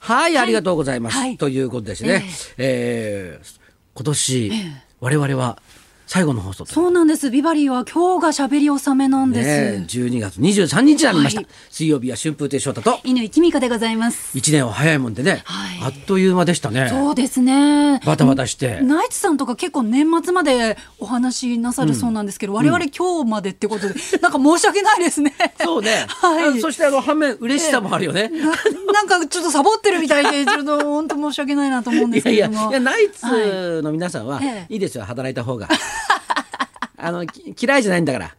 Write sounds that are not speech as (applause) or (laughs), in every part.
はい、ありがとうございます。はいということですね。えー今年、我々は最後の放送と。そうなんです。ビバリーは今日が喋り納めなんです。ね、12月23日になりました。はい水曜日は春風亭昇太と、犬井美香でございます。 1年は早いもんでね、はいあっという間でしたね。そうですね。バタバタして。ナイツさんとか結構年末までお話しなさるそうなんですけど、我々今日までってことで、 (laughs) なんか申し訳ないですね。そうね。はあのい。そしてあの、反面、嬉しさもあるよね。ななんかちょっとサボってるみたいで、ちょっ (laughs) と本当申し訳ないなと思うんでいすやけいれや、どいも。やナイはいツの皆さんは、ええいいですよ、働いた方が。 (laughs) あの、き嫌いじゃないんだ (laughs) から。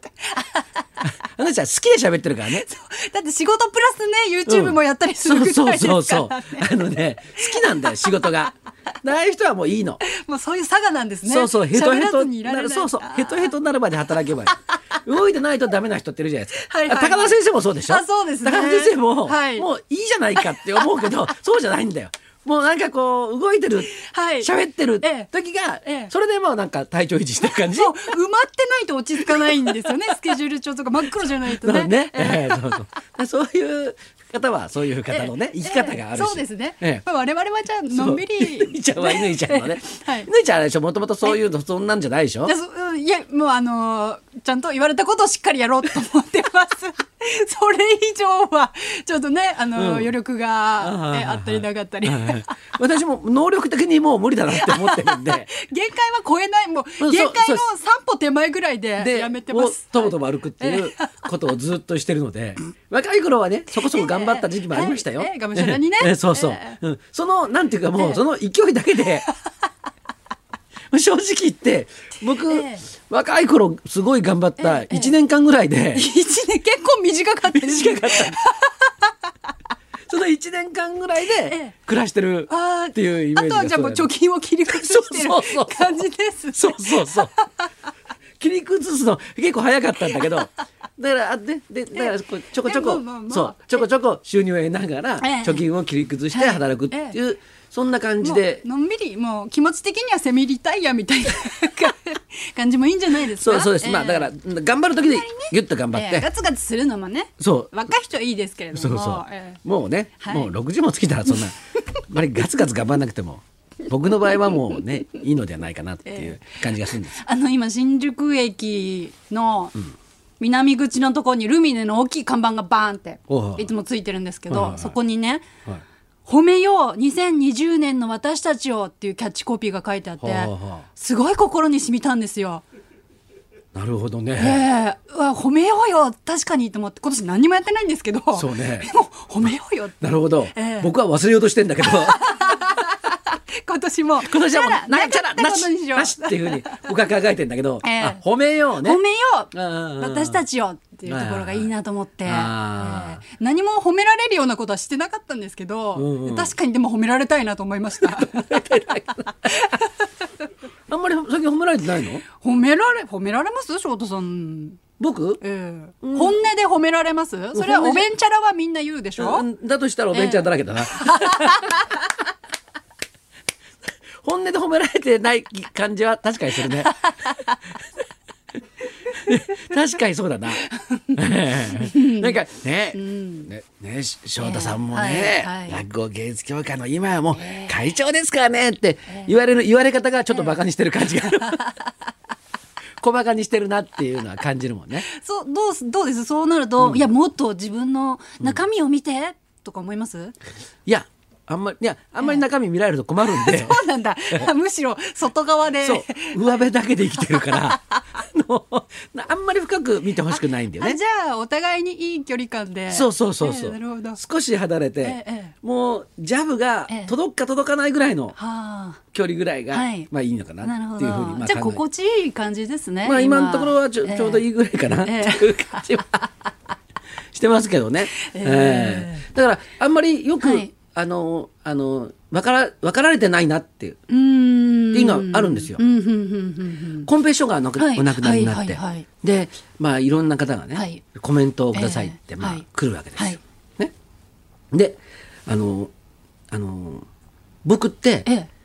あなたは好きで喋ってるからね。だって仕事プラスね、YouTube もやったりするぐらいですから、ねそうそうそうそう。あのね、好きなんだよ、仕事が。ない人はもういいの。 (laughs) もうそういう差がなんですね。そうそう、ヘトヘ喋らトずにいられない。そうそうあ、ーヘトヘトになるまで働けばいい。動いてないとダメな人っているじゃないですか。はいはいはいあ高田先生もそうでしょあそうですね高田先生も、はいもういいじゃないかって思うけど、そうじゃないんだよ。もうなんかこう、動いてる、はい喋ってるええ時が、ええそれでもうなんか体調維持してる感じ。そう、埋まってないと落ち着かないんで (laughs) すよね。スケジュール帳とか真っ黒じゃないとそうね。ね。ええええそうそうそういう方は、そういう方のね、生き方があるし。そうですね。ええまあ我々はじゃあのんびそうぬり。。いちゃんはぬいちゃんのね (laughs) はいぬいちゃんあれでしょ、もともとそういうの、そんなんじゃないでしょいや。そうんいやもうあのーちゃんと言われたことをしっかりやろうと思って (laughs) ます。それ以上はちょっとねあのー、うん余力あがーえあったりなかったり。はい限 (laughs) はい私も能力的にもう無理だなって思ってるん (laughs) で。界は超えないもそうう限界そうので三歩手前ぐらいでで、やめてます。もうともとも歩くっていはうことをずっとしてるので、若い頃はね、そこそこ頑張った時期もありましたよええええ。がむしゃらにねええそうそうええ。うんその、なんていうかもええう、その勢いだけで、 (laughs) 正直言って、僕ええ、若い頃すごい頑張っえたえ1年間ぐらいで、 (laughs) 一年結構短かったですね。短かった。 (laughs) その1年間ぐらいでえ暮らしてるあーっていうイメージあがとはじゃあもうそうだ貯ね金を切り崩してるそうそうそう感じですね。そうそう (laughs) そう切り崩すの結構早かったんだけど (laughs) だからあででだからこうちょこちょえこ、まあまあまあそうちょこちょこ収入を得ながらええ貯金を切り崩して働くっていう、そんな感じでもうのんびりもう気持ち的にはセミリタイヤみたいな感じもいいんじゃないですそうかそうです、まあだからえ頑張る時にギュッと頑張ーっえて、ーガツガツするのもねそう若い人はいいですけれどもそうそう、えーもうね、はいもう6時も過ぎたらそん (laughs) なあまりガツガツ頑張らなくても僕の場合はもうねいいのではないかなっていう感じがするんですあの今新宿駅の南口のところにルミネの大きい看板がバーンっておうはいいつもついてるんですけはいはいどはいそこにねはい「褒めよう2020年の私たちを」っていうキャッチコピーが書いてあってはあはあすごい心に染みたんですよ。なるほどね、ええうわ褒めようよ確かにと思って今年何にもやってないんですけどそうねでも褒めようよってなるほど、ええ僕は忘れようとしてんだ (laughs) けど今年も今年はもならうなちゃらかったなことにししようなしっていうふうに僕は考えてんだけど、ええあ褒めようね褒めよううんうんうん私たちよっていうところがいいなと思って、はいはいはいあーええ何も褒められるようなことはしてなかったんですけど、うんうん確かにでも褒められたいなと思いました (laughs) あんまり最近褒められてないの褒められ褒められます翔太さん、僕ええ本音で褒められますそれはおべんちゃらはみんな言うでしょ、うんだとしたらおべんちゃんだらけだな、本音で褒められてない感じは確かにするね確かにそうだななんかね、ねねし翔太さんもね、ええはいはい落語芸術協会の今はもう会長ですからねって言われる、言われ方がちょっとバカにしてる感じがある、 (laughs) 小バカにしてるなっていうのは感じるもんねそうどうすどうですそうなると、いやもっと自分の中身を見て、とか思いますいやあんまりいやあんまり中身見られると困るん (laughs) で、そうなんだむしろ外側でそう上辺だけで生きてるから (laughs) あのあんまり深く見てほしくないんだよあねじ。ゃあお互いにいい距離感でそうそうそうそう、ええなるほどは少し離れて、ええもうジャブがええ届くか届かないぐらいのあ距離ぐらいが、はいまあいいのかなるなほっどていうふうにまあじゃあ考え心地いい感じですねまあ今のところはちょ,、ちょうどいいいぐらいかなってええいう感じは (laughs) してますけどね、えええだからあんまりよく、はいあのあの分から分かられてないなっていううーんっていうのはあるんですようんうんうんうんコンペ師匠がなくはいお亡くなりになって、はいはいはいで、まあ、いろんな方がね、はいコメントをくださいって、ええまあはい来るわけですよ。はいね、であのあの僕ってうんええ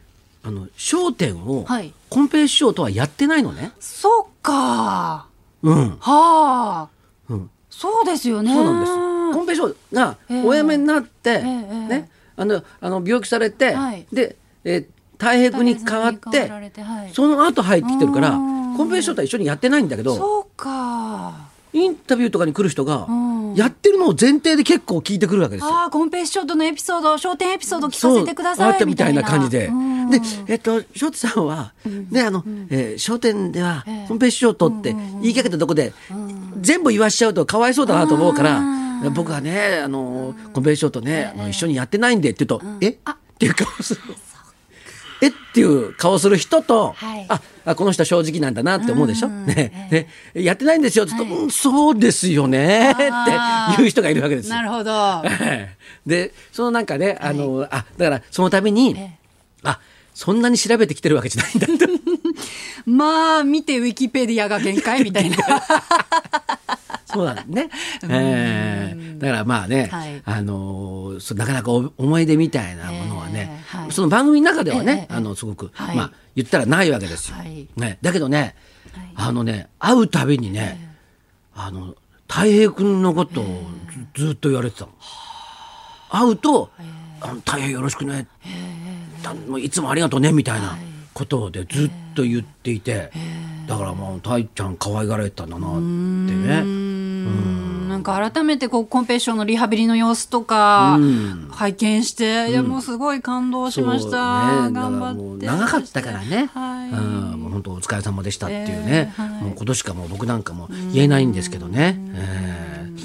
『あの笑点』をはいコンペ師匠とはやってないのね。そうかうんはあうん、そうですよねそうなんですよ。コンペ師匠がええお辞めになって、ええねあのあの病気されて、はいで、えー、太平君に代わっ太平君に代わられててはいその後入ってきてるからうコんンペイションとは一緒にやってないんだけどそうか。インタビューとかに来る人がうんやってるのを前提で結構聞いてくるわけですよ。ああ、コンペイションとのエピソード、焦点エピソード聞かせてくだそうあさっいたみみたたいいな。な感じでうんでえっと翔太さんは、ねあの、えー商店ではコンペイションとって言いかけたとこで、全部言わしちゃうとかわいそうだなと思うから、う僕はねあのコンペイションとね、あの一緒にやってないんでって言うと、えっていう顔するえっていう顔する人と、はいああこの人は正直なんだなって思うでしょ、うんねねやってないんですよちょっと、はいうんそうですよねっていう人がいるわけですよな。るほど。でそのなんかねあの、あだからそのために、えあそんなに調べてきてるわけじゃないんだってまあ、見てウィキペディアが限界み (laughs) たいな。そうなんね、えーだからまあね、はいあのーそうなかなかお思い出みたいなものはね、えーはいその番組の中ではね、ええあのすごく、はいまあ言ったらないわけですよ。はいね、だけどね、はいあのね会うたびにね、あの太平君のことをずずっと言われてたの。会うと「あの太平よろしくね」だもういつもありがとうね」みたいなことでずっと言っていて、だからもう太ちゃん可愛がられてたんだなってね。うんなんか改めてこうコンペイションのリハビリの様子とか拝見して、いやもうすごい感動しましそうた。ね、だから頑張もうって。長かったからね、はいうん、もう本当お疲れ様でしたっていうね、えーはいもうことしかもう僕なんかも言えないんですけどね、えー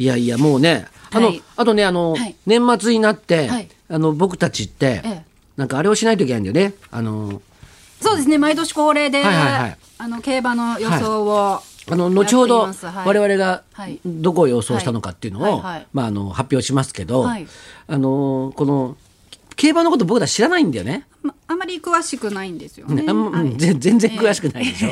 いやいやもうねあの、はいあとねあの、はい年末になって、はいあの僕たちって、ええなんかあれをしないといけないんだよねあのそうですね、毎年恒例で、はいはいはいあの競馬の予想を、あの後ほやっていどますはい我々がはいどこを予想したのかっていうのを、はいはいまあ、あの発表しますけど、はいあのこの競馬のこと僕ら知らないんだよね。まあんまり詳しくないんですよね。ねあんまはういんぜ全然詳しくないでしょ。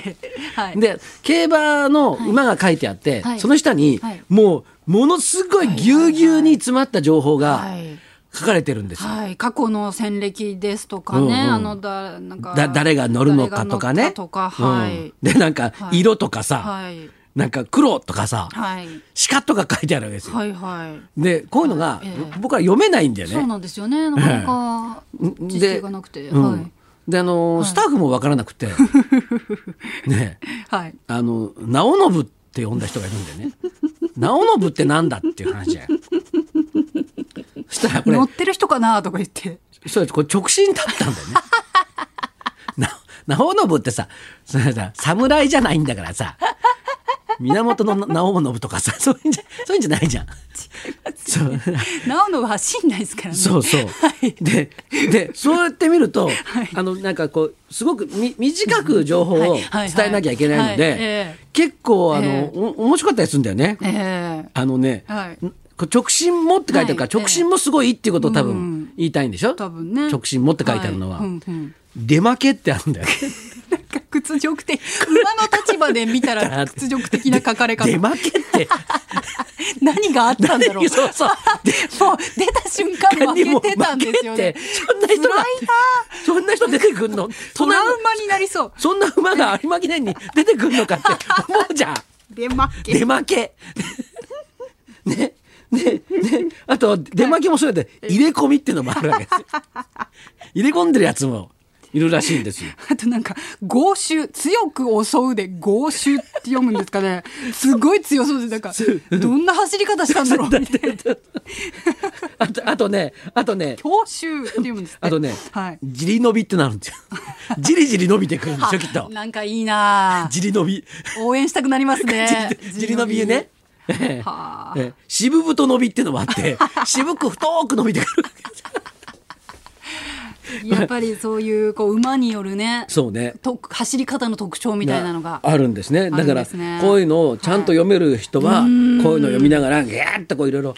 (laughs) はい、で競馬の馬が書いてあって、はいその下に、はいもうものすごいぎゅうぎゅうに詰まった情報がはい書かれてるんですよ。はい、過去の戦歴ですとかね、うんうんあのだなんかだ誰が乗るのかとかね。誰が乗ったとかはい、うんでなんかはい色とかさ、はいなんか黒とかさ、はい鹿とか書いてあるわけですよ。はいはい。でこういうのが、ええ僕は読めないんだよね。そうなんですよね。なかなかうん実で績がなくて、うんはいであのースタッフもわからなく (laughs) てねはい。あの直信って呼んだ人がいるんだよね直信ってなんだっていう話じゃんそしたらこれ乗ってる人かなとか言って、 (laughs) そうですこれ直進だったんだよねな直信ってさそれさ侍じゃないんだからさ源の直信とかさそういうんじゃそういうんじゃないじゃんそうなおのは信ないですからね。そうそう。はいで、で、そうやってみると、あの、なんかこう、すごくみ短く情報はをいはい伝えなきゃいけないので、はいええ結構、あの、ええお面白かったりするんだよね。ええあのね、はいんこう直進もって書いてあるから、はい直進もすごいっていうことを多う分ん言いたいんでしょ、多分ね。直進もって書いてあるのは、いうんうん出負けってあるんだよね。屈辱的馬の立場で見た (laughs) ら屈辱的な書かれ方出負けって。何があったんだろうそうそう。もう出た瞬間他にも負けてたんですよ負けねてそんな人が辛いなそんな人出てくんのトそんラなウマになりそうそんな馬が有馬記念に出てくんのかって思うじゃん。出負け出負け。 (laughs) ね。ね、ね、あと、出負けもそうやって、入れ込みっていうのもあるわけですよ。 (laughs) 入れ込んでるやつもいるらしいんですよ。あとなんか豪衆強く襲うで豪衆って読むんですかねすごい強そうでなんかどんな走り方したんだろうみたいなあと、あとね、あとね、強襲って読むんですってあとね、はいじり伸びってなるんですよ。じりじり伸びてくるんであしょ、きっと。なんかいいなじり伸び。応援したくなりますね (laughs) じり伸びね。ええはあええ渋太伸びっていうのもあっ (laughs) て、渋く太く伸びてくる。 (laughs) やっぱりそういうこう馬によるねそうね。と走り方の特徴みたいなのがあるんですね。だあかるんでら、すねこういうのをちゃんと読める人は、こういうのを読みながら、ぎゃーっとこういろいろ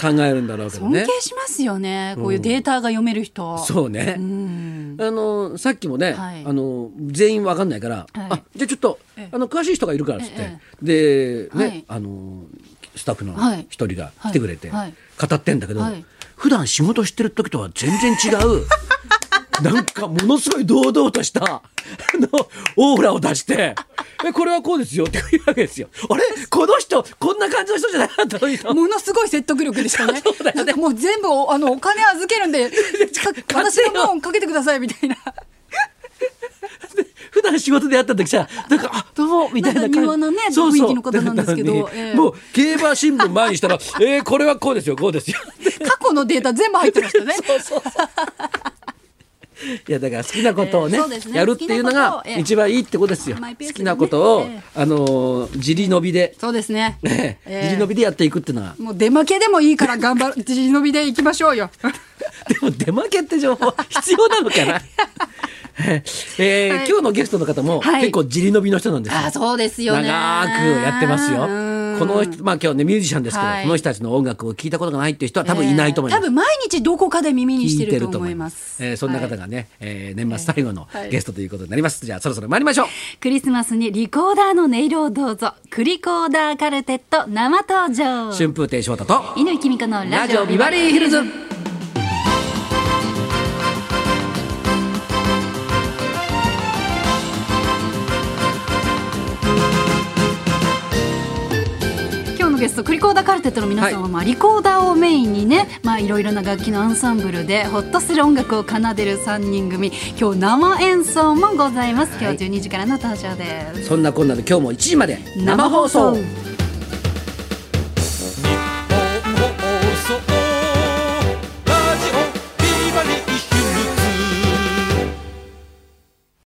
考えるんだろうけど尊ね敬。しますよねこういうデータが読める人、そうね。あの、さっきもね、はいあの、全員わかんないから、あ、じゃあちょっとええ、あの、詳しい人がいるからっつって、えで、ね、はいあの、スタッフのはい一人が来てくれて、はい語ってんだけど、はい (laughs) 普段仕事してる時とは全然違う、なんかものすごい堂々としたあのオーラを出してえこれはこうですよっていうわけですよあれこの人こんな感じの人じゃなかったのにとものすごい説得力でしたね。 (laughs) そうだよねなんかもう全部おあのお金預ける (laughs) んで、か私の分かけてくださいみたいな。普段仕事で会った時さなんかあどうもみたいな感じなんか柔和なねそうそう雰囲気の方なんですけどなのにええもう競馬新聞前に (laughs) したらえーこれはこうですよこうですよ過去のデータ全部入ってましたね。 (laughs) そうそうそういやだから好きなことをね,、ええそうですねやるっていうのが好きなことをええ一番いいってことですよ、マイペース好でねきなことを、えあのー自利伸びで、そうですね。ねええ自利伸びでやっていくっていうのはもう出負けでもいいから頑張る。自伸びでいきましょうよ。でも出負けって情報必要なのか (laughs) なえーはい今日のゲストの方もはい結構自利伸びの人なんですよ、あ、そうですよ (laughs) 長くね。やってますよ。こうんの人、まあ今日ね、ミュージシャンですけど、はいこの人たちの音楽を聞いたことがないっていう人は多分いないと思います。えー多分毎日どこかで耳にし聞ていてるるとと思思いいまます。す。えーそんな方がね、えー年末最後のはいゲストということになります。じゃあそろそろ参りましょう。クリスマスにリコーダーの音色をどうぞ。クリコーダーカルテット生登場。春風亭昇太と、犬木美子のララジジオオビビババリリーーヒヒルルズズ。今日のゲストクリコーダーカルテットの皆さんは、まあ、リコーダーをメインにねまあいろいろな楽器のアンサンブルでホッとする音楽を奏でる3人組今日生演奏もございます今日12時からの登場です、そんなこんなで今日も1時まで生放送。